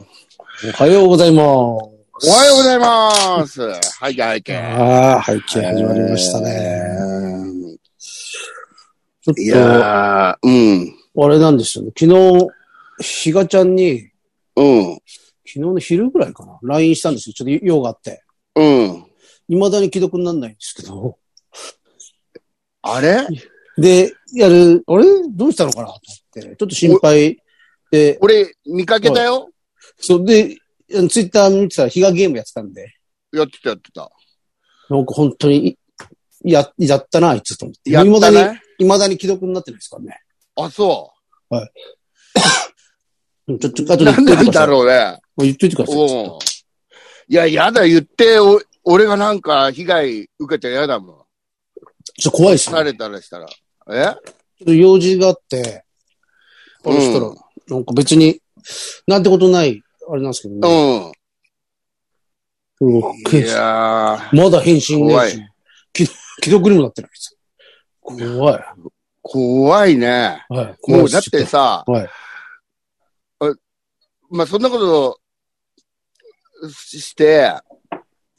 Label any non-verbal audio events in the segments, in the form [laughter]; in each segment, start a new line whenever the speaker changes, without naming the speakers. おはようございます。
おはようございます。はい、拝見。
ああ、背景始まりましたね。
ね。
ちょっ
い
と、
やー、うん。
あれなんですよね。昨日、ひがちゃんに、
うん。
昨日の昼ぐらいかな、LINE したんですよ。ちょっと用があって。
うん。
未だに既読にならないんですけど。
あれ
で、やる、あれどうしたのかなと思って、ちょっと心配で、
俺、見かけたよ。
そうで、ツイッター見てたら、ヒガゲームやってたんで、
やってた、やってた。
なんか本当に、や、やったな、あいつと思って。
やった
未だに、
ね。
未だに既読になってないですからね。
あ、そ
うんちょっと、
う。
あとで
なん
言っと
ないんだ
てください。
ろうね。
言っといてください。ちょっ
うん。いや、やだ、言って、お俺がなんか被害受けてやだもん。
とちょっと怖いですね。
されたらしたら。え
ちょっと用事があって、この人ら、
うん
なんか別に、なんてことない、あれなんですけどね。
う
うん
ん。いやー、
まだ返信ねえし
怖、
既既読にもなってないです。怖い。
怖いね。
はい。怖い
も
で
う
す
だって、さ、
はい
あまあそんなことしして、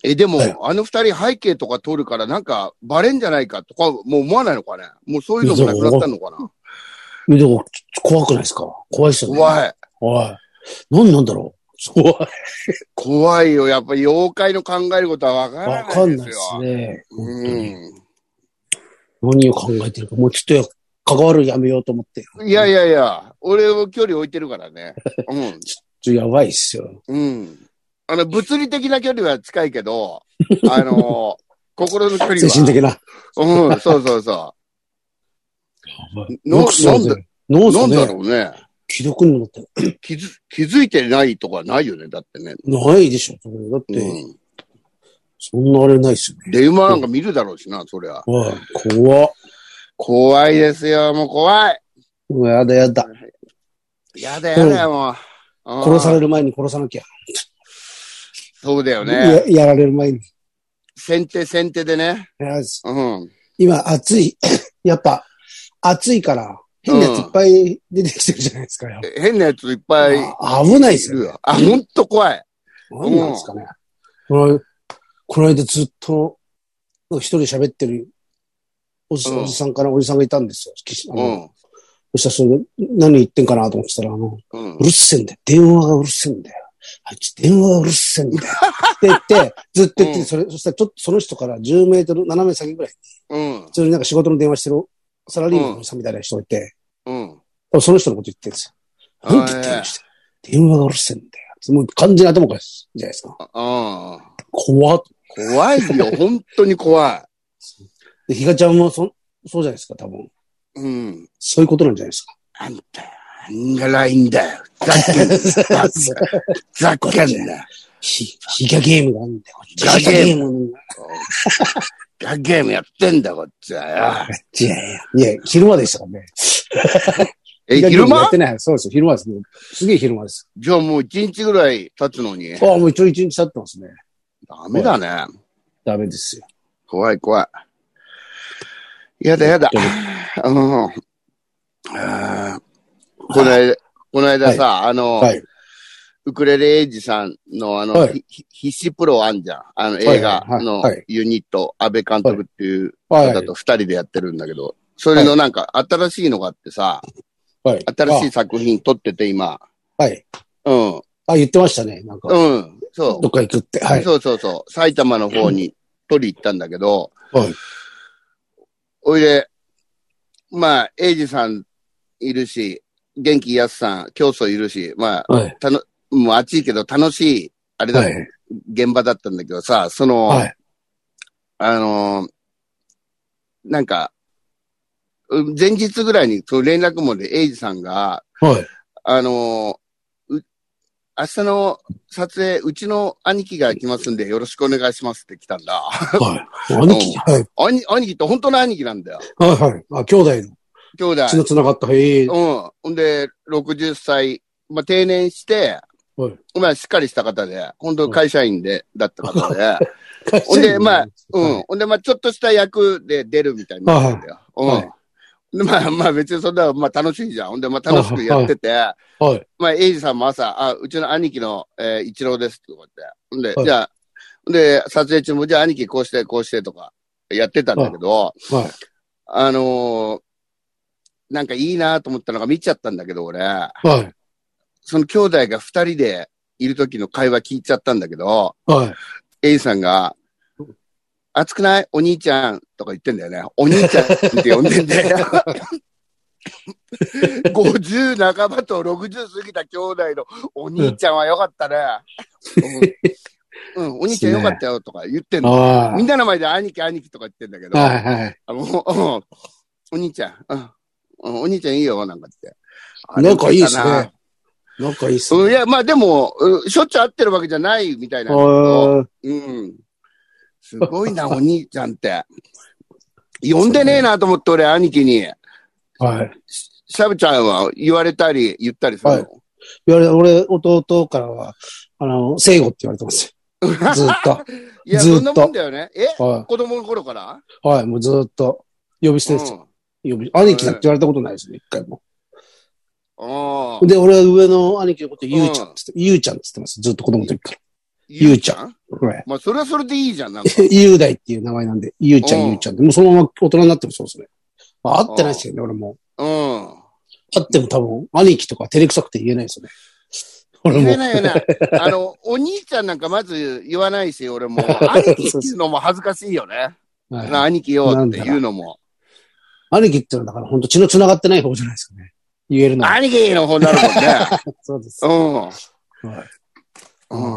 え、でも、
はい
あの二人背景とか撮るからなんかバレんじゃないかとか、もう思わないのかねもうそういうのもなくなったのかな
ちょっとでも怖くないですか怖いですよね。
怖い。
はい。何なんだろう怖い。
怖いよ。やっぱり妖怪の考えることはわから
わ
な
か
いで
んな
す
いで
よ。
すね。本当に何を考えてるか。もうちょっと関わるやめようと思って。
うん。いやいやいや、俺を距離置いてるから
[laughs]
ね。
ちょっとやばいっすよ。
うん。うん。あの、物理的な距離は近いけど、あの、心の距離は。
精神的な。
うん、そうそうそ
よく調べてる脳
う。な
っ
んだ
すね。
ろうね。
既読にもなって
気づ、気づいてないとかないよね、だってね。
ないでしょ。だって、
うん。
そんなあれないっすよね。
電話なんか見るだろうしな、そりゃ。
はい。怖っ。
怖いですよ、もう怖い。
うわやだやだ。
やだやだよ、もう。うん
殺される前に殺さなきゃ。
そうだよね。
ややられる前に。
先手先手でね。
よし
うん。
今暑い。やっぱ暑いから変なやついっぱい出てきてるじゃないですか。やっ
変なやついっぱいい
ぱあ危ないです
る
よ、ね
よ。。あ、ほんと怖い。
何なんですかね。このこの間ずっとなんか一人喋ってるおじ,、
うん
おじさんからおじさんがいたんですよ。岸あ
う
の
ん。
そしたらそれで何言ってんかなと思ってたら、あの、
うん
う。るせえんだよ。電話がうるせえんだよ。あいつ電話がうるせえんだよ。って言って、ずっと言って、
うん
それ、そしたらちょっとその人から10メートル、斜め先ぐらい、
うん
普。通になんか仕事の電話してるサラリーマンのおじさんみたいな人がいて、
うん。
その人のこと言ってるんですよ。何て言ってる
あ
んですよ電話がうるせえんだよ。もう完全に頭おかしいじゃないですか。
うん。
怖っ。
怖い
[laughs]
よ、ほんとに怖
で、ひがちゃんもそ、そうじゃないですか、多分。
い。うん。
そういうことなんじゃないですか。
あんた、あんがラインだよ。ざっけんな。ざっけんざっけんな。
[laughs] ひ、ひがゲームがあるんだよ。ひ
ひがゲー
ムなんだよ。
ガゲームやってんだ、こっちはよ。
いやいや、いや、昼間でしたからね。
え、
ひがゲー
昼
ムや
間
ってない。そうですよ、昼間ですね。すげえ昼間です。
じゃあもう一日ぐらい経つのに。
ああ、もう一応一日経ってますね。
ダメだね。
ダメですよ。
怖い怖い。やだやだ
ダ。
あの、あーこの間、この間さ、あの、
はい。
ウクレレエイジさんのあの、
はい
ひひ必死プロあんじゃん。あの
いはい
映画の
はい
ユニット、安倍監督っていう
はい。
方と二人でやってるんだけど、それのなんか新しいのがあってさ、
はい。
新しい作品撮ってて今。
あ。はい。
うん。
あ、言ってましたね。なんか、
うん。そう。
どっか行くって。はい。
そうそうそう。埼玉の方に取り行ったんだけど、
はい。
おいで、まあ、エイジさんいるし、元気やすさん、教祖いるし、まあ、
はい。
たの、もう暑いけど楽しい、あれだ、
はい。
現場だったんだけどさ、その、
はい。
あのーなんか、うん前日ぐらいにその連絡網でエイジさんが、
はい。
あのーう明日の撮影、うちの兄貴が来ますんでよろしくお願いしますって来たんだ。 [laughs]
はい。兄貴。はい。
兄、兄貴って本当の兄貴なんだよ。
はい。はい。あ、兄弟の
兄弟。
血の繋がった。へえ。は
うん。ほんで、60歳、まあ、定年して、
い。
まあ、しっかりした方で、本当会社員で、だった方
[laughs]
で、
ほ
ほんでまあ、う
はい
ん。ほんで、まあ、ちょっとした役で出るみたいになったんだよ。
はいうは
ん
い。
で [laughs] まあまあ別にそんな、まあ楽しいじゃん。ほんで、まあ楽しくやってて、
はい。
まあ、エイジさんも朝、あ、うちの兄貴の、えー一郎ですってこうやって。ほんで、
はい
じゃあ、で、撮影中も、じゃあ兄貴こうして、こうしてとか、やってたんだけど、
はい。
あのーなんかいいなと思ったのが見ちゃったんだけど、俺、
はい。
その兄弟が二人でいる時の会話聞いちゃったんだけど、
はい。
エイジさんが、熱くないお兄ちゃんとか言ってんだよね。お兄ちゃんって呼んでんだよ。50半ばと60過ぎた兄弟のお兄ちゃんは良かったね。うん、うんお兄ちゃん良かったよとか言ってんの。
あ
みんなの前で兄貴兄貴とか言ってんだけ
あ。
ど、
はい。はい。
あのうんお兄ちゃん、うんうんお兄ちゃんいいよ、なんかって。
なんかいいっす
あれ良か
ね。なんかいいっす
たな。うんい
ね。
や、まあでも、うんしょっちゅう会ってるわけじゃないみたいなんだけど、
あ
うん。すごいな、お兄ちゃんって。呼んでねえなと思って、俺、兄貴に。
あ。はい。
シャブちゃんは言われたり、言ったりするの。
はい言われ、俺、弟からは、あの、聖護って言われ
[laughs]
てますよ。ずっ
いや、
ずっ
そ
と
んなもんだよね。え
と。は
子供の頃から
い。はい。もうずっと、呼び捨
う
て
ん
ですよ。呼び、兄貴だって言われたことないですね、一回も。
ああ。
で、俺は上の兄貴のこと、ゆうちゃんって言って、ゆうちゃんって言ってます。ずっと子供の時か
ゆうちゃん
ら。はい。
まあ、それはそれでいいじゃん、なんか。
雄大っていう名前なんで、ゆうちゃ、
うんん
ゆうちゃんって。もうそのまま大人になってもそうですね。まあ、会ってないですよね、俺も。
う
会っても多分、兄貴とか照れくさくて言えないですよね。俺
ん。
も
言え。ないよね。あの、お兄ちゃんなんかまず言わないし、
[laughs]
俺も。兄貴っていうのも恥ずかしいよね。
はい
な兄貴よっていうのも。
兄貴ってのはだから本当血の繋がってない方じゃないですかね。言えるのは。
兄貴の方になるもん
[laughs]
ね。
そうです。
うん。
うん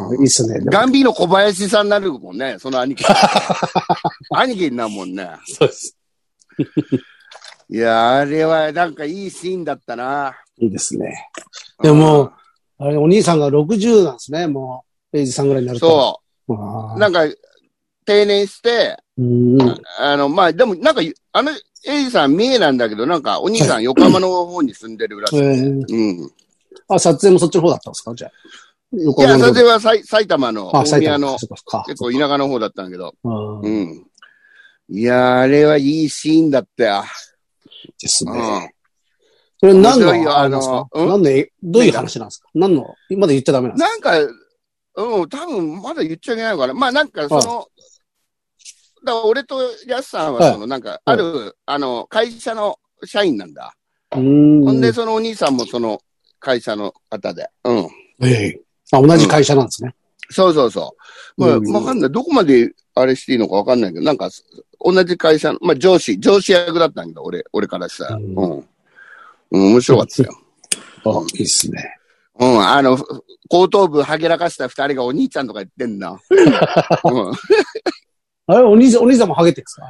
うん
いいっすね。でも
ガンビーの小林さんになるもんね、その
[laughs]
兄貴。兄貴になるもんね。
そうです。
いや、あれはなんかいいシーンだったな。
いいですね。でもあれ、お兄さんが60なんですね、もう。エイジさんぐらいにな
うん、
ると。
そ
そう
う。。なんか、定年して、
うん。はい
あの、まあ、でもなんか、あの、エイジさん三重なんだけど、なんか、お兄さん横浜の方に住んでるら
[laughs]
し
え
い。
ー
うん。
あ、撮影もそっちの方だったんですかじゃあ。
い
横
や、
の
そ
方
れはさい埼玉の
あ、
大
埼
宮
玉
の
の。、そっか。
結構田舎の方だったんだけど。
うん。
う
で
ん。いや、あれはいいシーンだったよ。
す
うん
ね。。それ何
面白いよ
の、あれなんですか
あのうん
何のえ、どういう話なんですか何の、まだ言っちゃダメなんです
なんか、うん、多分まだ言っちゃいけないのかな。まあなんかその、だから俺とヤスさん
は
はいそのなんか、ある、あの、会社の社員なんだ。
かうーん。
ほんで、そのお兄さんもその会社の方で。うん。
ええあ、同じ会社なんですね。
そうそうそう。まあ、
うん
わかんない。どこまであれしていいのかわかんないけど、なんか、同じ会社の、まあ上司、上司役だったんだけど、俺、俺からしたら。
う
うんん。うん、面白かった
[laughs]
よ。
あ、いいっすね。
うん、あの、後頭部はげらかした二人がお兄ちゃんとか言ってん
[laughs]
な。うん
あれ、お兄さん、お兄さんもハゲてるんですか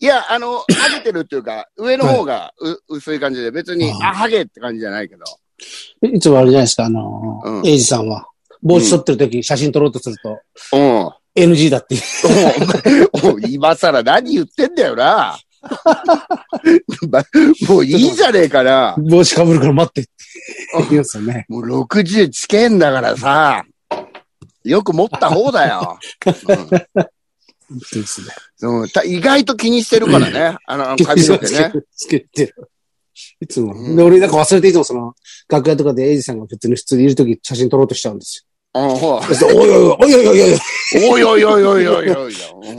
いや、あの、ハゲてるっていう [laughs] か、上の方がう、薄い感じで、別に、
あ
あ、ハゲって感じじゃないけど。
いいつもあれじゃないですか、あのー
うん
エイジさんは。帽子取ってる時、写真撮ろうとすると、
うんお
NG だっていう。
う。おう今更何言ってんだよな。ばもういいじゃねえかな。
帽子かぶるから待ってって言うんですよね。
もう60近けんだからさ。よく持った方だ [laughs] よ。
本当ですね。
うんうんた意外と気にしてるからね。あの、 [laughs] 髪の毛ね。。
つけてる。いつも。
うん
で、俺なんか忘れていつもその、楽屋とかでエイジさんが別に普通にいる時、写真撮ろうとしちゃうんです
うんほう
よ。そしたらおいおいおいおいおいおいおい
おいおいおいおいおいおい。うん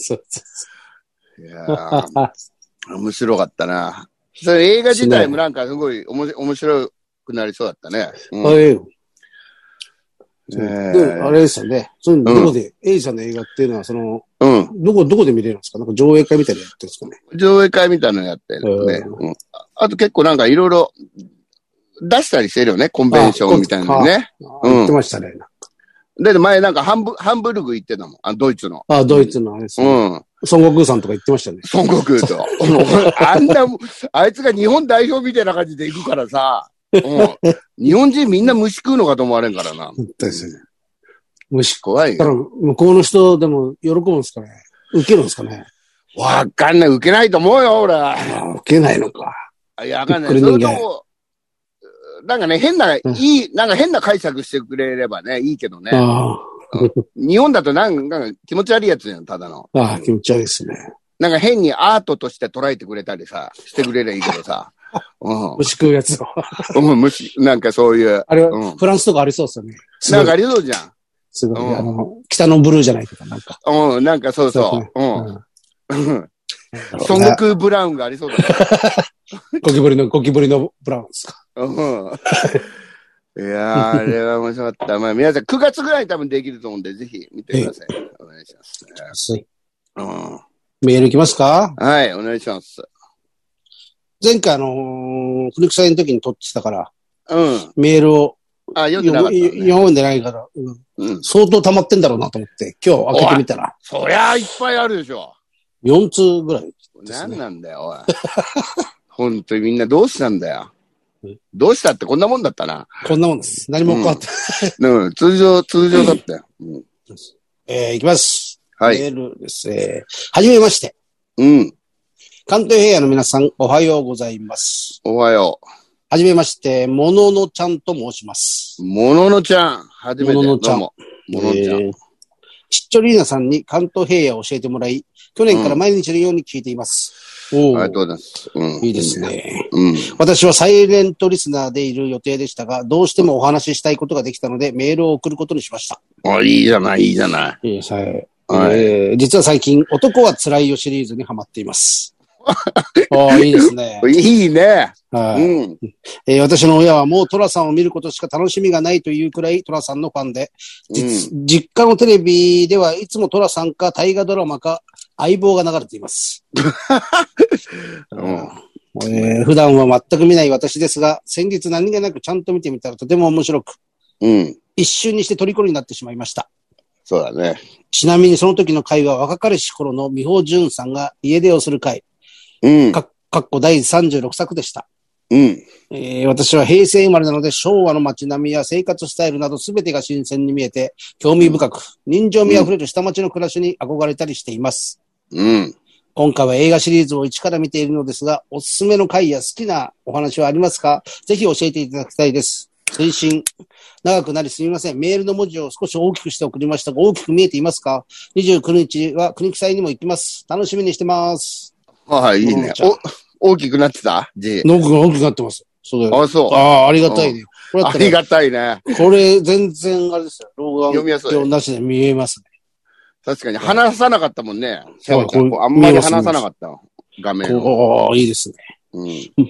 そうそうそ
いや
う
ー面白かったな。それ映画自体もなんかすごいおもし面白くなりそうだったね。うん
あええよ。
ええ
で、あれですよね。そういうのどこで、エイジさんの映画っていうのは、その、
うん。
どこ、どこで見れるんですかなんか上映会みたいなのやってるんですかね。
上映会みたいなのやってるね。
う
うんあと結構なんかいろいろ出したりしてるよね。コンベンションみたいなのね。
あー言ってましたね。
で、前なんかハンブハンブルグ行ってたもん。あドイツの。
あー、ドイツのあれです
う
ね。
ん。
孫悟空さんとか言ってましたね。
孫悟空と。あんな、あいつが日本代表みたいな感じで行くからさ。うん、日本人みんな虫食うのかと思われんからな。
本当ですよね。もし、
怖い
[laughs] だか
よ。
ら向こうの人でも喜ぶんですかね受けるんですかね
わかんない。受けないと思うよ、俺。
ああ、受けないのか。
あいや、わかんな
び
い。
っく
そ
り
れ
人
と
間
も、なんかね、変な、い
うん
い、なんか変な解釈してくれればね、いいけどね。
あ
日本だとなんかなんか気持ち悪いやつじゃん、ただの。
あ、ああ、気持ち悪いですね。
なんか変にアートとして捉えてくれたりさ、してくれりゃいいけど
[laughs]
さ。う
虫食うやつを。
ん。うん、むし、なんかそういう。
あれ、
うん
フランスとかありそうですよね。すご
ないんかありそうじゃん。
すごい、
うん
あの、北のブルーじゃないけど、なんか。
うん、なんかそう
そう
そう。 [laughs] うん。孫悟空ブラウンがありそうだね。
[laughs] ゴキブリの、ゴキブリのブラウンですか。
うん。いやー、あれは面白かった。まあ皆さん、9月ぐらいに多分できると思うんで、ぜひ見てください。お願いします。うん。
メールいきますか
はい、お願いします。
前回あのー、古臭いの時に撮ってたから、
うん。
メールを
あ、読んで
読
なかった、ね。
読んでないから、うん
うん。
相当溜まってんだろうなと思って、今日開けてみたら、
そりゃあいっぱいあるでしょ。
4通ぐらい。ですね
何なんだよ、おい。 [laughs] 本当にみんなどうしたんだよ
え。
どうしたってこんなもんだったな。
こんなもんです。何も変わってない。
うん、通常、通常だったよ。うん、
えー、いきます。
はい。
メールです。えー、はじめまして。
うん、
関東平野の皆さん、おはようございます。
おはよ
はじめまして、もののちゃんと申します。
う。もののちゃん、初めて。
もののちゃん
どうも。もののちゃん。
えーちっちょりーなさんに関東平野を教えてもらい、去年から毎日のように聞いています。お
あ
ー
りがとうございます。うん。
いいです。ね。
うん。
私はサイレントリスナーでいる予定でしたが、どうしてもお話ししたいことができたので、メールを送ることにしました。
あ、いいじゃない、いいじゃない。
いいですね。
はい
えー実は最近、男は辛いよシリーズにハマって
[laughs]
います。ああ、いいですね。
いいね。
はい
うん。
えー私の親はもうトラさんを見ることしか楽しみがないというくらいトラさんのファンで、実実家のテレビではいつもトラさんか大河ドラマか相棒が流れています。
うん。
えー普段は全く見ない私ですが、先日何気なくちゃんと見てみたらとても面白く、
うん。
一瞬にして虜になってしまいました。
そうだね。
ちなみにその時の会は若かりし頃の美穂淳さんが家出をする会、
うん。
かかっこ第36作でした。
うん。
えー私は平成生まれなので昭和の街並みや生活スタイルなど全てが新鮮に見えて、興味深く、人情味あふれる下町の暮らしに憧れたりしています。
うん。
今回は映画シリーズを一から見ているのですが、おすすめの回や好きなお話はありますかぜひ教えていただきたいです。推進。長くなりすみません。メールの文字を少し大きくして送りましたが、大きく見えていますか ?29 日は国際にも行きます。楽しみにしてます。
はい、いいね。お、大きくなってた字。
ノく大きくなってます。そうだよ。
あ、そ
あ
う。
あ、ありがたいね。これだっ
あ
たら
りがたいね。
これ、全然、あれですよ。老眼
読みやすい
鏡なしで見えますね。
確かに、話さなかったもんね。シャオちゃ
こ
ん
う
こうあんまり話さなかったわ画面を。
こうああ、いいですね。
うん。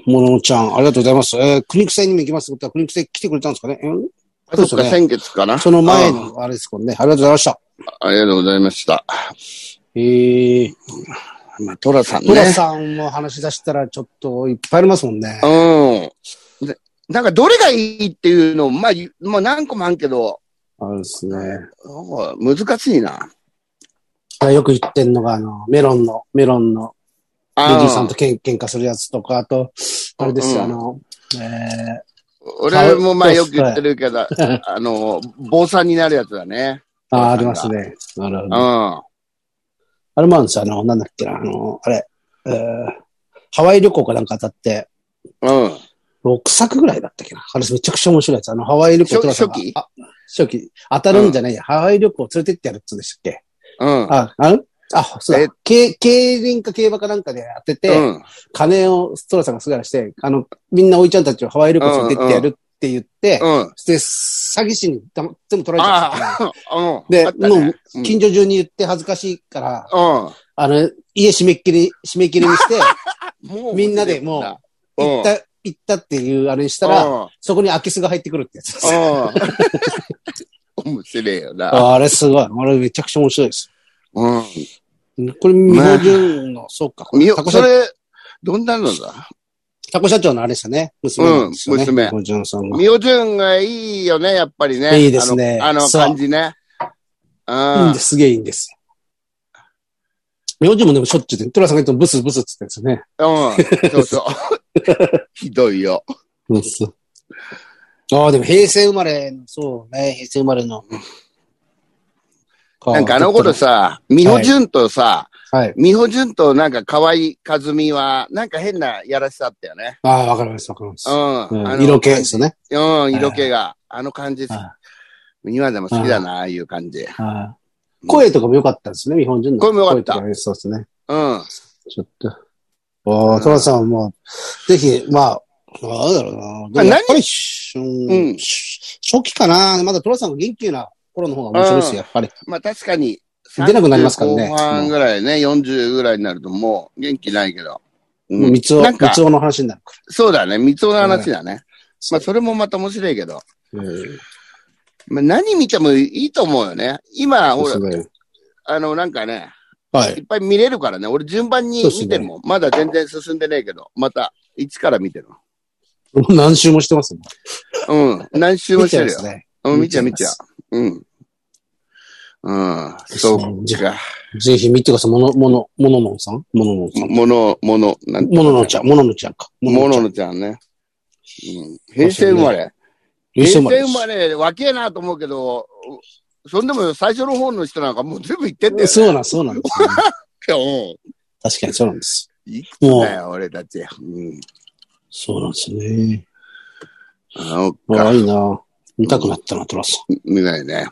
もののちゃん、ありがとうございます。えー、国臭にも行きますってことは、国臭来てくれたんですかね、うん、
あ
そ
そうっか、
ですね
先月かな。
その前の、あれですもんね。ありがとうございました。
あ。ありがとうございました。
えー、
まあ、トラさんね。
トラさんも話し出したら、ちょっといっぱいありますもんね。
うん。でなんか、どれがいいっていうの、まあ、ゆまあ、何個もあるけど、
あれですね。
なんか難しいな。
よく言ってんのが、あの、メロンの、メロンの、
あ
レ
ー
ジさんとけん喧嘩するやつとか、あと、あれですよ、
うん
あの、え
俺もまあよく言ってるけど、あの、坊さんになるやつだね。
ー、あー、ありますね。なるほ
う。ん。
どあれもあるんですよ。あの、なんだっけな、あの、あれ、えー、ハワイ旅行かなんか当たって、
うん。
6作ぐらいだったっけな。あれめちゃくちゃ面白いやつ。あの、ハワイ旅行
初
トラさんが
初期
あ初期。当たるんじゃないや。ハワイ旅行連れてってやるっつうんでしたっけ
うん。
あ、あのあ、そう
え
だ。競競輪か競馬かなんかで当てて、
うん。
金をトラさんがすがらして、あの、みんなおいちゃんたちをハワイ旅行連れてってやるって言って、
うん。
で、詐欺師にだま全部取られちゃったから。
ああ、うん。
で
あったね
もう
うん
近所中に言って恥ずかしいから、
うん。
あの、家締め切り、締め切りにして、
も
みんなでも
[laughs]
う
う
行
ん、
った、行ったっていうあれにした
う
ら、
ん。
そこに空き巣が入ってくるってやつです。
うん。面白いよな。
あれすごい。あれめちゃくちゃ面白いです。
うん。
これ、美穂純の、そうか。
みよ
タコ社
それ、どんなのだ
タコ社長のあれでしたね。娘なんですよね。
うん娘
美穂純さんが。
みおじゅんがいいよね、やっぱりね。
いいですね
あのあの
そう
感じね。う
いいん
ん
で。す。すげえいいんです。美穂純もでもしょっちゅうで、トラさんがいつもブスブスって言ってるんで
うん。そうそう。
[laughs]
ひどいよ。
すよね。ブス。ああ、でも平成生まれの、そうね、平成生まれの。
なんかあの頃さ、美穂純とさ、
はい。
美穂純となんか河合和美は、なんか変なやらしさあったよね。
ああ、わかります、わかります
う。ん。
う
あ
ん
の
色気ですよね。
うん、色気が。あの感じ好き
は。
今でも好きだな、ああいう感じ。
はい声とかも良かったですね、美本純の。
声も良かった
とかねそうですね。
うん。
ちょっと。ああ、トラさんも、ぜひ、まあ、なんだろうな。でもやっぱり、うん
うん
初期かな。まだトラさんが元気な頃の方が面白いですよ、やっぱり。
まあ確かに。
出なくなりますからね
後半ぐらいね、40ぐらいになるともう元気ないけど。う
三つお、
なんか
三つおの話になるか
そうだね、三つの話だね。まあそれもまた面白いけど。
ら。
まあ、何見てもいいと思うよね。今、ほら、
ね。
あの、なんかね、
はいい。
っぱい見れるからね。俺順番に
そうですね
見てるもん。まだ全然進んでないけど。また、一から見てる。
何周もしてますね。
うん。何周もしてるよ
見。ますね。
うん、見ちゃう見
見
ち
ち
ゃ
ゃ
う
い。
うん。うん。そうか。
ぜひ見てください。もの、もの、もののんさんもののんさん。
もの、もの、なん
もののちゃん、もののちゃんか。
もの
ん。
のちゃんね。うん。平成生まれ。
優
平成
勝まで
生まれ、若えなと思うけど、そんでも最初の方の人なんかもう全部言ってんだ
で
よ
す。そうなん、そうなんですよね。
うん。
確かにそうなんです。
いくつ
も
だ
う、
よ、俺たち。うん。
そうなんですね。
あおっ
あ
か
あ、。いいな。見たくなったな、トラさん。
見ないね。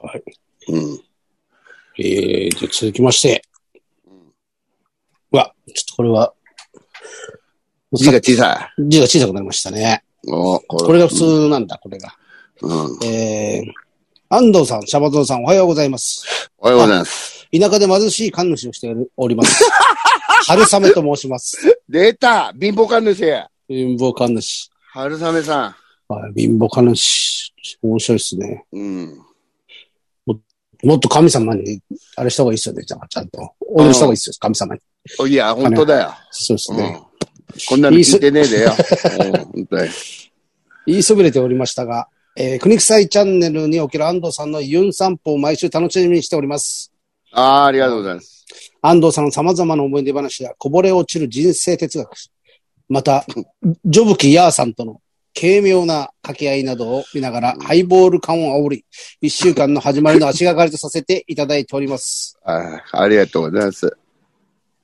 はい。
うん。
えー、じゃあ続きまして。うわ、ちょっとこれは、
字が小さ
字が小さくなりましたね。
い。おこ
これが普通なんだ、これが。
うん。
えー、安藤さん、シャバゾンさん、おはようございます。
おはようございます。
田舎で貧しい神主をしており [laughs] ます。春雨と申します。
出た貧乏家主
貧乏神主。
春雨さ
はい、貧乏神主。面白いですね。
ん。うん。
もっと神様に、あれした方がいいですよね、ちゃんちゃんと。お礼した方がいいですよ、神様に。
おいや、本当だよ。
そうです
う
ね。
ん。こんなの聞いてねえ
[laughs]
でよ。うん、本当だよ。
言いそびれておりましたが、えー、国際チャンネルにおける安藤さんのユン散歩を毎週楽しみにしております。
ああ、ありがとうございます。
安藤さんの様々な思い出話やこぼれ落ちる人生哲学、また、ジョブキヤーさんとの軽妙な掛け合いなどを見ながら、ハイボール感を煽り、一週間の始まりの足がかりとさせていただいております。
あありがとうございます。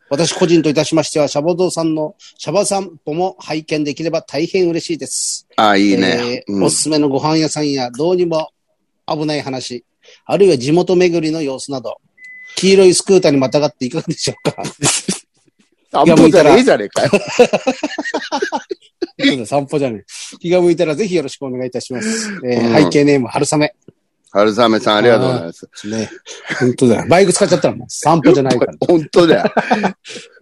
私個人といたしましては、シャボゾウさんのシャバ散歩も拝見できれば大変嬉しいです。
ああ、いいね。
えー
うん
おすすめのご飯屋さんやどうにも危ない話、あるいは地元巡りの様子など、黄色いスクーターにまたがっていかがでしょう
[laughs]
か
散
いや
歩
向い
じゃ
たら
ねえじゃねえかよ。
ちょっと散歩じゃねえ。気が向いたらぜひよろしくお願いいたします。えー
うん
背景ネーム、春雨。
春雨さん、ありがとうございます。
ね。本当だよ。バイク使っちゃったらもう散歩じゃないから。
本当
[laughs]
だよ。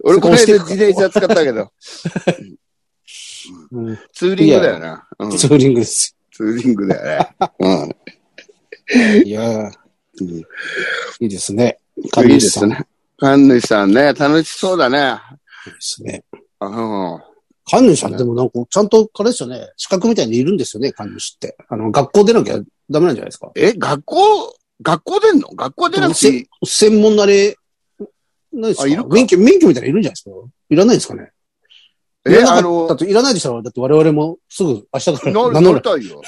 俺、この間自転車使ったけど、
うん
ツーリングだよな。うん、
ツーリングです。
ツーリングだよね。
[laughs]
うん。
いやー
うん
いいですね。
いい
神
で
主さ
す
ん。い
ね。神主さんね、楽しそうだね。
いですね。
うん。
神主さんでもなんか、ちゃんと、あれですよね。資格みたいにいるんですよね、神主って。あの、学校出なきゃダメなんじゃないですか。
え、学校、学校出んの学校出なくていい。
専門なれ、ないですか
あいるか
免許、免許みたいなのいるんじゃないですかいらないですかねい
え、
らな
あ
か
の
った、といらないでしたら、だって我々もすぐ明日か
[laughs]
ら
な
名
な
乗
り
る。
た
[laughs]
いよ。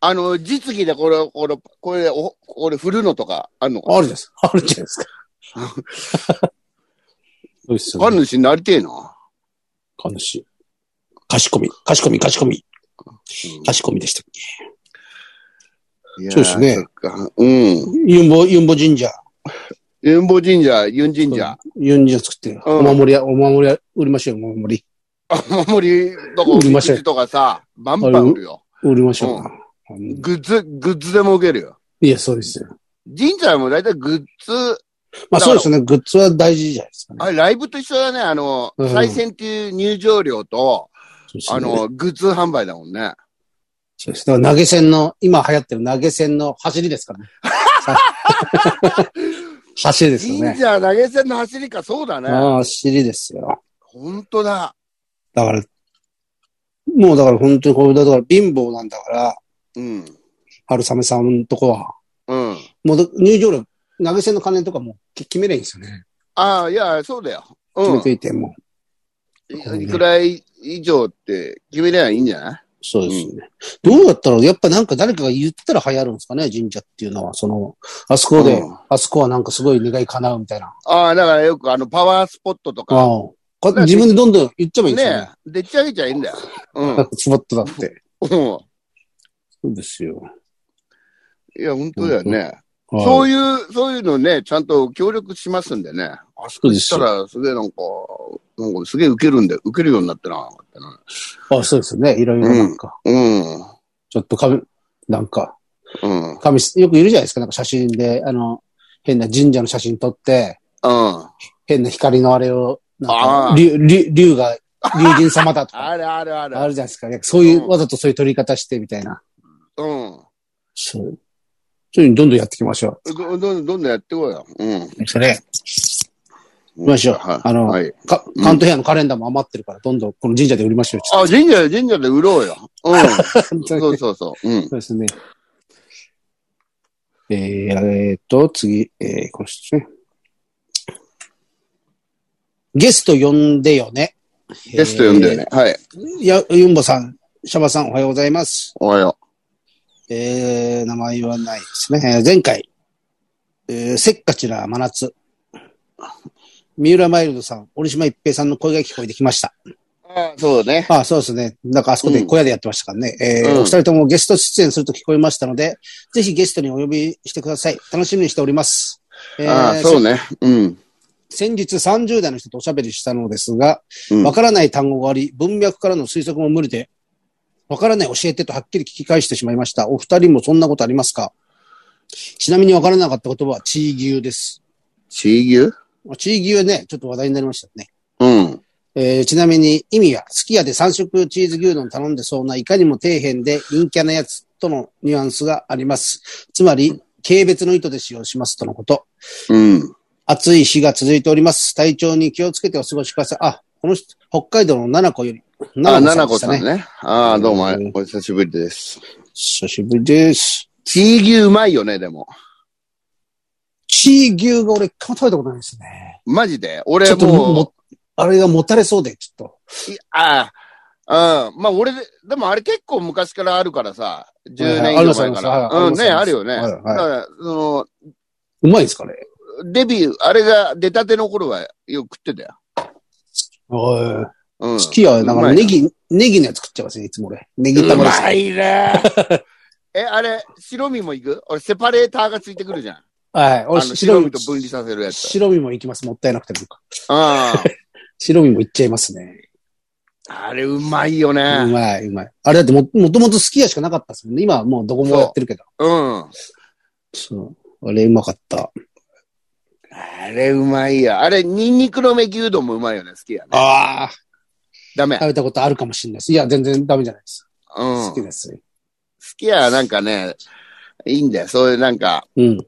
あの、実技でこれ、これ、これ、おこれ振るのとかあんの
あ
か
るじゃないですか。あるじゃないですか。
[laughs]
そうですよね。
神主になりてえな。
神主。かしこみ、かしこみ、かしこみ、
うん
かしこみでしたっけ。
いやー
そうですね
そっかうん。
ユンボ、ユンボ神社。
ユンボ神社、ユン神社。
ユン神社作って、
うん
お守りや、お守りや、売りましょうよ、お守り。
お守りとかお
売り
み
まし
く
ょう
じとかさ、バンバン売るよ。
売りましょうな。うん
グッズ、グッズでも受けるよ。
いや、そうですよ。
神社はもう大体グッズ、
まあそうですね、グッズは大事じゃないですかね。
あれライブと一緒だね。あの、
うん
再選っていう入場料と、
そうですね
あの、グッズ販売だもんね。
そうです。だから投げ銭の、今流行ってる投げ銭の走りですから
[laughs]
ね。走りですよ
神
ね。
社投げ銭の走りか、そうだね。
ああ、走りですよ。
本当だ。
だから、もうだから本当にこれだから貧乏なんだから、
うん。
春雨さんのとこは。
うん。
もう入場料、投げ銭の金とかもき決めれんですよね。
ああ、いや、そうだよ。
決
う
め
ん
て。いて、もう。
いいくらい以上って決めりゃいいんじゃない
そうですよね。どうやったら、やっぱなんか誰かが言ったら流行るんですかね、神社っていうのは。その、あそこで、
うん
あそこはなんかすごい願い叶うみたいな。
ああ、だからよくあの、パワースポットと
ああ
か。
こうやって自分でどんどん言っちゃえばいいんですよね
ねでっち上げちゃいいんだよ。
[laughs]
うん。
スポットだって。
うん
そうですよ。
いや、本当だよね。
はい
そういう、そういうのね、ちゃんと協力しますんでね。あそこ行ったら、すげえなんか、なんかすげえ受けるんで、受けるようになってな、ってな。
あ、そうですよね。いろいろなんか、
うん。
ちょっと神、なんか、
うん。うん。
神、よくいるじゃないですか。なんか写真で、あの、変な神社の写真撮って、変な光のあれを、なん
あー
か、竜、竜竜が、竜神様だとか、
あるあるある。
あるじゃないですか。なんかそういう、
うん
わざとそういう撮り方してみたいな。
うん。
そう。そういうのどんどんやっていきましょ
ど
う。
どんどんどんどんやってこいよ。うん。
それ。
行
きましょう
はい。
あの
はい、
か、関東部屋のカレンダーも余ってるから、どんどんこの神社で売りましょう。ちょっ
あ、神社、神社で売ろうよ。
[laughs]
うん。
とそ
そうそうそう。うん。
うですね。えー、えーっと、次、えー、この人ですね。ゲスト呼んでよね。
ゲスト呼んでね。はい。
えー。や、ユンボさん、シャバさん、おはようございます。
おはよ
えー、名前はないですね。えー前回、えー、せっかちな真夏。三浦マイルドさん、折島一平さんの声が聞こえてきました。
う。あそうね。
あそうですね。なんかあそこで
うん
小屋でやってましたからね。えー
うん
お二人ともゲスト出演すると聞こえましたので、ぜひゲストにお呼びしてください。楽しみにしております。えー
あそうね。うん。
先日30代の人とおしゃべりしたのですが、
うん
わからない単語があり、文脈からの推測も無理で、わからない教えてとはっきり聞き返してしまいました。お二人もそんなことありますかちなみにわからなかった言葉は地位牛です。
地牛
地位牛はね、ちょっと話題になりましたね。
うん。
えーちなみに意味は、すき家で3色チーズ牛丼頼んでそうないかにも底辺で陰キャなやつとのニュアンスがあります。つまり、軽蔑の意図で使用しますとのこと。
うん。
暑い日が続いております。体調に気をつけてお過ごしください。あ、この人、北海道の七子より。
あ、
七
七子さ
で
ん
したね。
ね。ああ、どうも
うん、
お久しぶりです。
久しぶりです。
地牛うまいよね、でも。
チー牛が俺、一回も食べたことないですね。
マジで。
ち
俺
ょっとも
もう、
あれがもたれそうで、ちょっと。
いああ、うん。まあ、俺で、でもあれ結構昔からあるからさ。10年以上前から。
はいはいありますありますはい
うん、ね、あるよね。
はいはい
だから、その、
うまいですかね。
デビュー、あれが出たての頃はよく食ってたよ。
好
うん。
きや、だから
うまいな
ネギ、ネギのやつ食っちゃいますね、いつも俺。ネギ
う
玉です。
まいね。え、あれ、白身もいく俺、セパレーターがついてくるじゃん。
[laughs] はい。
あの
俺、
白
白
身
身
と分離させるやつ。
白身もいきます。もったいなくても。
あ
白身もいっちゃいますね。
あ。あれ、うまいよ
う
ね。
まい、うまい。あれだっても、もともと好きやしかなかったですもんね。今はもうどこもやってるけど。
うん。あ
そう。あれ、うまかった。
れ、うまいや。あれ、ニンニクの芽牛丼もうまいよね。好きやね。
ああ。
ダメ。
食べたことあるかもしれないです。いや、全然ダメじゃないです。
うん。
好
好
きです。
きや、なんかね、いいんだよ。そういう、なんか、
うん。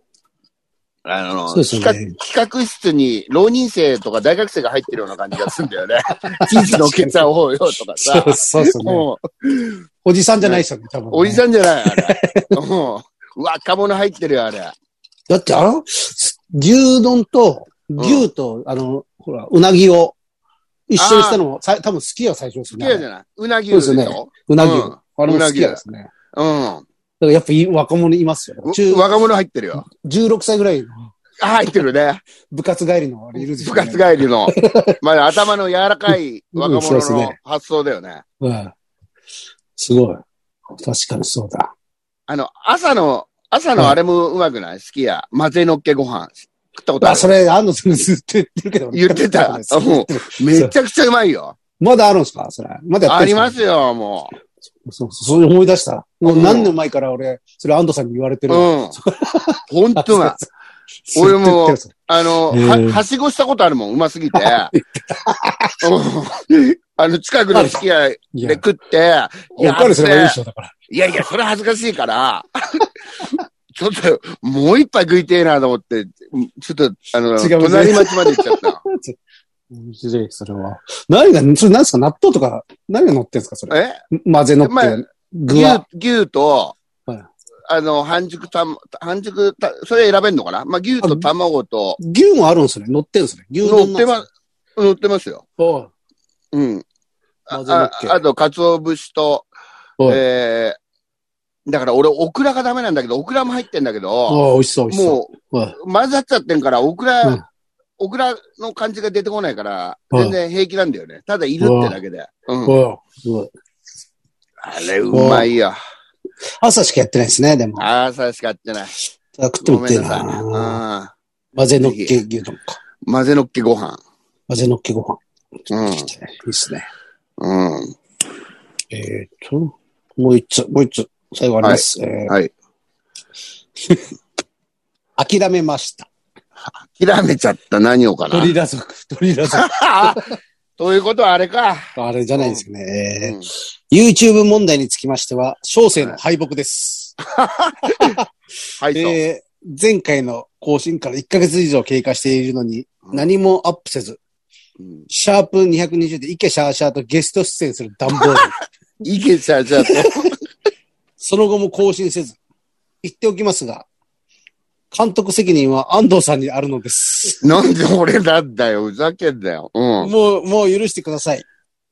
あの、
そうですよね
企画企画室に浪人生とか大学生が入ってるような感じがするんだ
[laughs]
よね。チーズのっけちゃおうよとか
そ
さ。
うそうですよね。
もう
おじさんじゃないですよね、多分ね、
おじさんじゃない、あれ。うん若者入ってるよ、あれ。
だって、あの、牛丼と、牛と、あの、ほら、うなぎを一緒にしたのも、さ多分好きや最初です
好き
よね。
やじゃない。うなぎ
そ
牛
う
で
で
し
すよね
ょ
うなぎ。
うん
あれも
うな
好
ぎ
きやですね。だか
うん。
らやっぱい若者いますよ。中
う若者入ってるよ。
16歳ぐらいの
あ、入ってるね。
部活帰りのあれいるんです
部
よ、ね。
活帰りの。まあ、頭の柔らかい若
うんそう
者
です
の
ね
発想だよね。
うん。すごい。確かにそうだ。
あの、朝の、朝のあれもうまくない好きや。混ぜのっけご飯。食ったことあ
あ、
る
それ、安野さんずっと言ってるけど。
言ってた。
そう
もう、めちゃくちゃうまいよ。
まだあるんですかそれ。まだやっ
あ
てる
り
ん
ますすよ、も
かそう、そう思い出した。も
う
うん何年前から俺、それ安藤さんに言われて
う。う
る。
ん。ほんとうまい。
ずっと言ってる
俺もあの、
へー
は、はしごしたことあるもん、うますぎて。うんあの、近くの付き合い
い
で
や、
食って、いや、
おかわりすればいいでしょ、だから。
いやいや、それ恥ずかしいから、ちょっと、もう一杯食いてえなと思って、ちょっと、あの、
違う
隣町まで行っちゃった。
面白い、それは。何が、それ何ですか納豆とか、何が乗ってんですかそれ。
え
混ぜのっ
まあ
て、具
牛
は。、
牛と
はい、
あの、半熟た、半熟た、それ選べんのかなまあ、牛と卵と、
牛もあるんですね。乗ってるんですね。牛
乗
丼。
ってますす、乗ってますよ。
おい
うん。あ
混ぜのっけ
ああと、鰹節と、
おい。
えー、だから俺、オクラがダメなんだけど、オクラも入ってんだけど、
おい美味しそう、美味しそう。
も
おいう
混ざっちゃってんから、オクラ、
うん
オクラの感じが出てこないから、
うん
全然平気なんだよね。ただいるってだけで。うん。
おいすごい
あれ、うまいよ。
朝しかやってないですね、でも。
ああ、さしかやってない。
食って
ご
もっ
めん
て
なさ
な
い。うん。
混ぜのっけ牛丼か。
混ぜのっけご飯。
混ぜのっけご飯。
うん
いいですね。
うん。
えーっと、もう一つ、もう一つ、最後あります。え
はい。
ー諦めました。
諦めちゃった何をかな。
鳥裸族、 [laughs] 鳥裸族。
[laughs] ということはあれか。
あれじゃないですかね。えー
うん
YouTube 問題につきましては、小生の敗北です。
はい、そう。
えー前回の更新から1ヶ月以上経過しているのに、
うん
何もアップせず、
うん
シャープ220でイケシャーシャーとゲスト出演する段ボー
[laughs]
ル。
いけちゃうちゃうと。
[laughs] その後も更新せず、言っておきますが、監督責任は安藤さんにあるのです。
なんで俺なんだよ。ふざけんなよ。うん。
もう、もう許してください。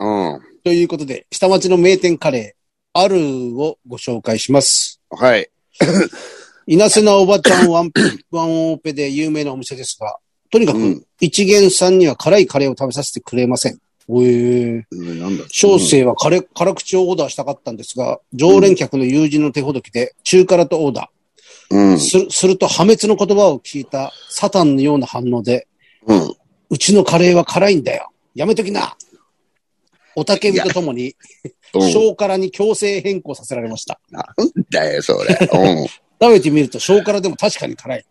うん。
ということで、下町の名店カレー、あるをご紹介します。
はい。
稲瀬なおばちゃんワン [coughs] ワンオペで有名なお店ですが、とにか
う
く
ん、
一元さんには辛いカレーを食べさせてくれません。ええ。
うんなんだ
小生はカレー辛口をオーダーしたかったんですが、常連客の友人の手ほどきで、中辛とオーダー。
うん。
するすると破滅の言葉を聞いたサタンのような反応で、
うん。
うちのカレーは辛いんだよ。やめときな。おたけびとともに、
うん。
小辛に強制変更させられました。
だよ、それ。
食べてみると小辛でも確かに辛い。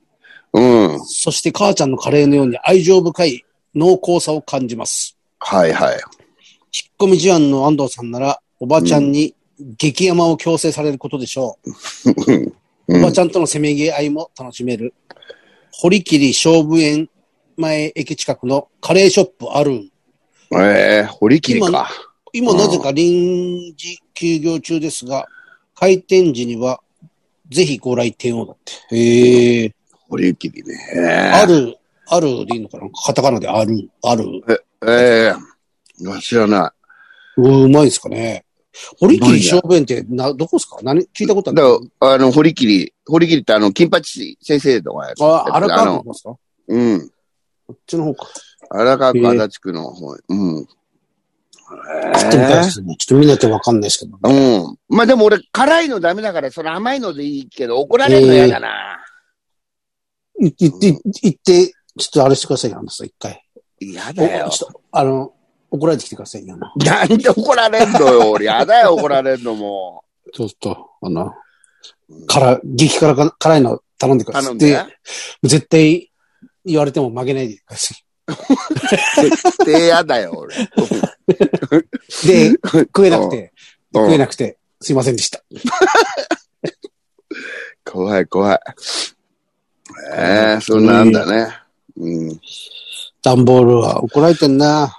うん。うん。
そして母ちゃんのカレーのように愛情深い濃厚さを感じます。
はいはい。
引っ込み思案の安藤さんなら、おばちゃんに激山を強制されることでしょう。
う
お
ん
ばちゃんとのせめぎ合いも楽しめる。堀切勝負園前駅近くのカレーショップあるん。
ええ、堀切か。
今なぜか臨時休業中ですが、開店時にはぜひご来店をだって。へえ。
堀切ね。
ある、あるでいいのかなカタカナである、ある。
ええ。わ知らな
うんうまいですかね。堀切小弁ってな、どこですか何聞いたことあ
い。
る
だからあの、堀切、堀切ってあの、金八先生とかやつ
あ、荒
あ
川
の
区、ですかこ
うん。
っちの方か。
荒川区足立区の方。うん。
食ってみたいですね。ちょっと見ないとわかんないですけど。
うん。まあでも俺、辛いのダメだから、その甘いのでいいけど、怒られるの嫌だな。
い、い、い、行って、ちょっとあれしてくださいよ、あのさ、一回。
嫌
お
だよ。
ちょっと、あの、怒られてきてくださいよ、あの
なんで怒られんのよ、俺。嫌だよ、怒られんのも
ちょっと、あの、
う。
辛、激辛か、辛いの頼んでくださ
頼
い。
んで。
絶対言われても負けないでくださ
絶対嫌だよ、俺。 [laughs]
い。で、 [laughs] 食えなくて、
うん
食えなくて、すいませんでした。
怖い、怖い。ええそんなんだね。うん。
ダンボールは怒られてんな。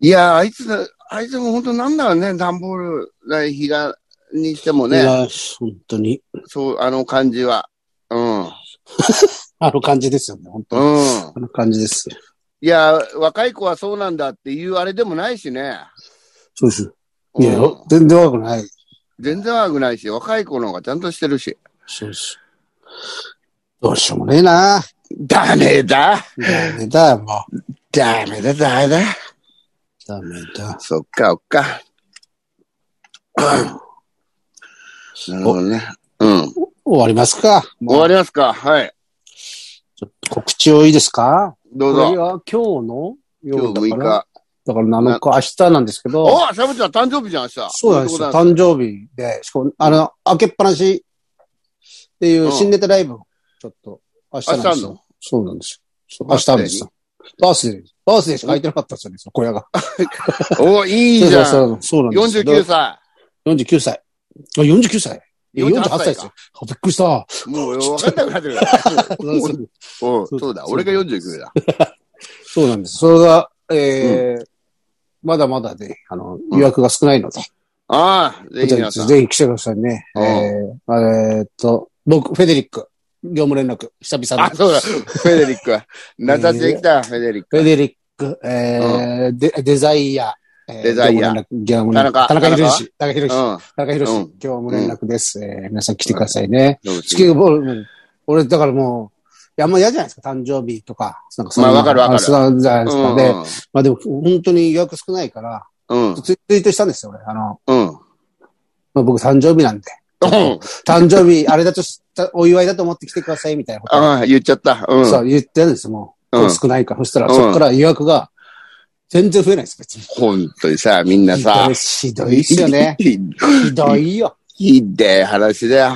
いや、あいつ、あいつも本当なんだろうね、段ボール、ない日が、にしても
い
ね、
や、本当に。
そう、あの感じは。うん。うん。
あの感じですよね、本当に。あの感じです。
いや、若い子はそうなんだっていうあれでもないしね。
そうです。
う
い
ん
や、全然悪くない。
全然悪くないし、若い子の方がちゃんとしてるし。
そうです。どうしようもねえな。
ダメだ
ダメだよ、もう。
ダメだ、ダメだ。
ダメだ。
そっか、おっか。なるほどね。うん。
終わりますか。
終わりますかはい。
ちょっと告知をいいですか
どう
これ
ぞ。
は今日の
今日
夜だ
6
から、
日。
だから7日、明日なんですけど。
おサブちゃん誕生日じゃん、明日。
そうなん
おめでと
ですよ。
うござい
誕生日で、しかも、あの、開けっぱなしっていう新ネタライブをちょっと、明日なんで
明
す
日あん
よ。そうなんですよ。明日あるんですよ。バースデー、バースデーしか開いてなかったんですよね、その小屋が。
ますおいいじゃ
そ
ん。
うそうそうなんですよ。
49歳。
49歳。あ、49歳。いや
48
48歳ですよ。あびっくりした。
もう分かんなくなってるよおうそうだ、俺が49だ。
そうなんです。それが、えーまだまだね、あの、予約が少ないので、
ああ、ぜひ皆さん。
ぜひ来てくださいね。
うん
えー、えーっと、僕、フェデリック、業務連絡、久々の
あ、。そうだ、フェデリックは。名指しできた、フェデリッ
フェ
ク。
デリック、えーデデザイア、えー
デザイア、
業務
田
連絡
中
田中宏史、田中
うん。
宏史、
ど
田中宏
う
史
ん、
今日も連絡です。えー皆さん来てくださいね。
うも
地球ボール、俺、だからもう、いや、まあ嫌じゃないですか、誕生日とか。なんか
まあわかるわかる
そうじゃないですか。で、
う
まあでも、本当に予約少ないから、
ん。うん。
ツイツイートしたんですよ、俺。あの、
うん。
まあ、僕誕生日なんで。
うん。
誕 [laughs] 生日、あれだとした、お祝いだと思って来てください、みたいなこと。
ああ、言っちゃった。うん。
そう、言ってるんですよ、も
うん。
少ないから。そしたら、
うん
そこから予約が全然増えないです、別に。
本当にさ、みんな
ひど
さ。
い、。ひどいっすよね
ひ
ひど
[laughs]
いよ。
ひでえ話だよ。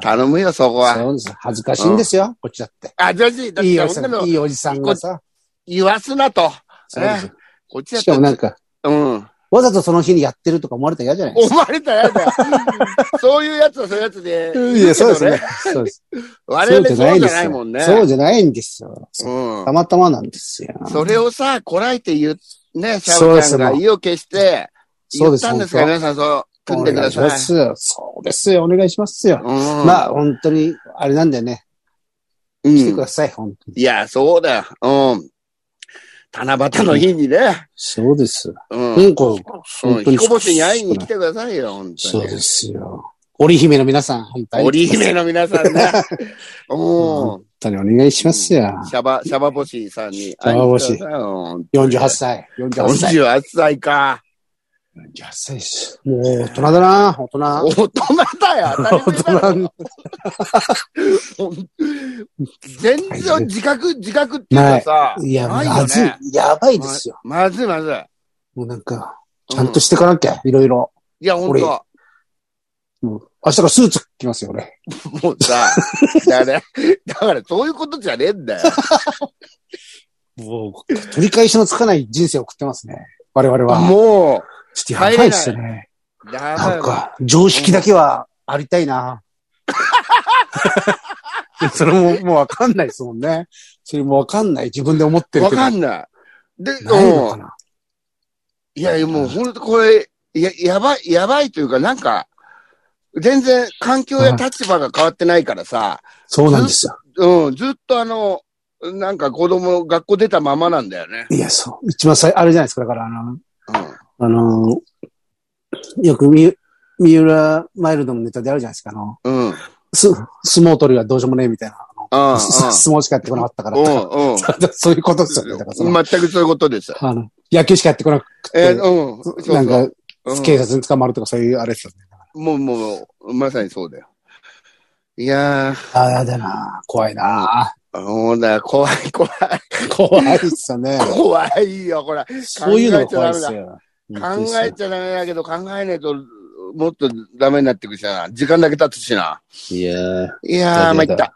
頼むよ、そこは。
そうです。恥ずかしいんですよ、こっちだって。
あ、じゃあじ、だっ
いい
て
おじさ
女
ん、
の
いいおじさんがさ。
言わすなと。
そうです。
こっちだっ
しかも
て。
なんか、
うん。
わざとその日にやってるとか思われたら嫌じゃないです
思われたらやだ
[laughs]
よ。そういうやつはそういうやつで。
か。いや、そうですね。。そうです。
我々そうじゃ
んで
ない
す
もんね。
よ。そうじゃないんですよ。
う
たまたまなんですよ。
ん。それをさ、こらえて言う、ね、シャ
そう
ブ
で
ちゃ
す
んが意を決して、
そ
言
うで
っ
す
たんですから、皆さん、そう、組んでくだ
お
さい
願いしま。すよ。そうですよ。お願いしますよ。
うん
まあ、本当に、あれなんだよね。
うん
来てください、本当に。
いや、そうだよ。うん。七夕の日にね。
そうです。
うん。
なんか、
うん
本当に。
彦星に会いに来てくださいよ、本当
そう
に。
ですよ。織姫の皆さん、本当に。
織姫の皆さん
[laughs]
ね。うん
本。当にお願いしますよ。
シャバ、シャバ星さんに
シ48歳。48歳。
48歳か。
48歳です。もう大人だな、大人
大。人だよ、当たり前だろ。全然自覚、自覚っていうかさ、
いや、
ない
ま
よ
ずい
ね。。
やばいですよ。
まずいまずい。
もうなんか、
う
ちゃんとしていかなきゃ、いろいろ。
いや、ほんと。
もう明日からスーツ着ますよ、俺。
もう
[laughs]
さ、だから、だからそういうことじゃねえんだよ。
もう、取り返しのつかない人生を送ってますね。我々は。
も
ちょっとやばいですよね。
う、だ
なん
か
か、常識だけはありたいな。 [laughs] それも、もうわかんないですもんね。それもわかんない。自分で思って
ら、
る
わ
けど。
かんない。で、
ないのか
うん。
ない
や、もうほんとこれ、や、やばい、やばいというか、なんか、全然環境や立場が変わってないからさ、
そうなんですよ。
うん、ずっとあの、なんか子供、学校出たままなんだよね。
いや、そう。一番最、あれじゃないですか。だから、あの、
う
あのーよくみ、三浦マイルドのネタであるじゃないですか。あの、
ん。
[laughs]
うん。うん。
す、相撲取りはどうしようもねえみたいな。
うん。うん。
相撲しかやってこなかったから。
うん。うん。
そういうことですよね。だからその
全くそういうことです。
あの、野球しかやってこなく
え
て、
ーうん。そうそう
なんか、
うん
警察に捕まるとかそういうあれですよね。
もう、もう、まさにそうだよ。いやー、
ああ、やだな。怖
[laughs]
いな。
もうだ、怖い、怖い、
怖いっすよね。
怖いよ、これ。
そういうのが怖いっすよ。
考えちゃダメだけど、考えないと、もっとダメになってくるしな。時間だけ経つしな。
いやー、
いやー、参
ダメ
っ
だ
た。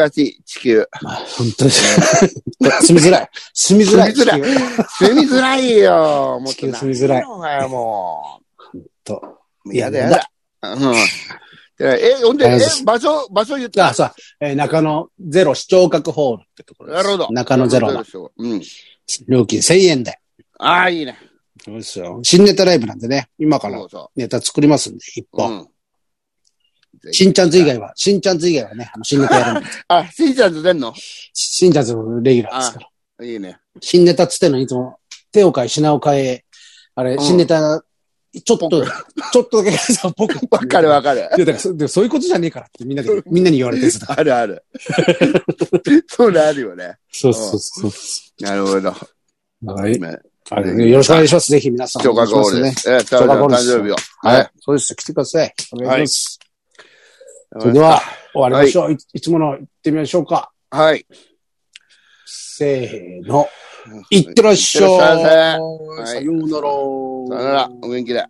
難しい、地球。
まあ、本
[laughs]
当です。住みづらい。住みづらい。
住みづらい
地球
住みづらいよ、もっ
地
と
球
な。
住みづらい。
お前も
と。
う。やだ、やだ。うん。でえ、ほんで、
あり
え
がとうございます、
場所、場所言った
あ、そう、えー中野ゼロ視聴覚ホールってところで
な
す。
るほど。
中野ゼロの
の。うん。
料金1000円で。
ああ、いいね。
そうですよ。新ネタライブなんでね、今から
そうそ
ネタ作りますんで、一
う。う
本。
ん。
新チャンズ以外は、新チャンズ以外はね、あの新ネタやるんで。
あ、しんちゃんと出んの
新チャンズのレギュラーですから。
いいね。
新ネタっつってんのにいつも手を変え、品を変え、あれ、
うん
新ネタ、ちょっと、ちょっとだけ [laughs] さ、僕。
わかるわかる。
いや、だからそでもそういうことじゃねえからってみんなで、みんなに言われてるんですだから
あるある。 [laughs] それあるよね。
そうそうそう。
なるほど。
だから
ね
あれよろしくお願いします。ぜひ皆さん。
聴覚ホールです。え、聴
すね
覚ホール誕生日を。
は
はい
い。そうです。来てください。お願いします。そ
そ
れでは、終わりましょう。い、いつもの行ってみましょうか。
はい。
せーの。行ってらっしゃい。
いってらっしゃいませ
さよう
さ
なら。
よなら、お元気で。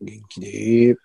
元気でーす。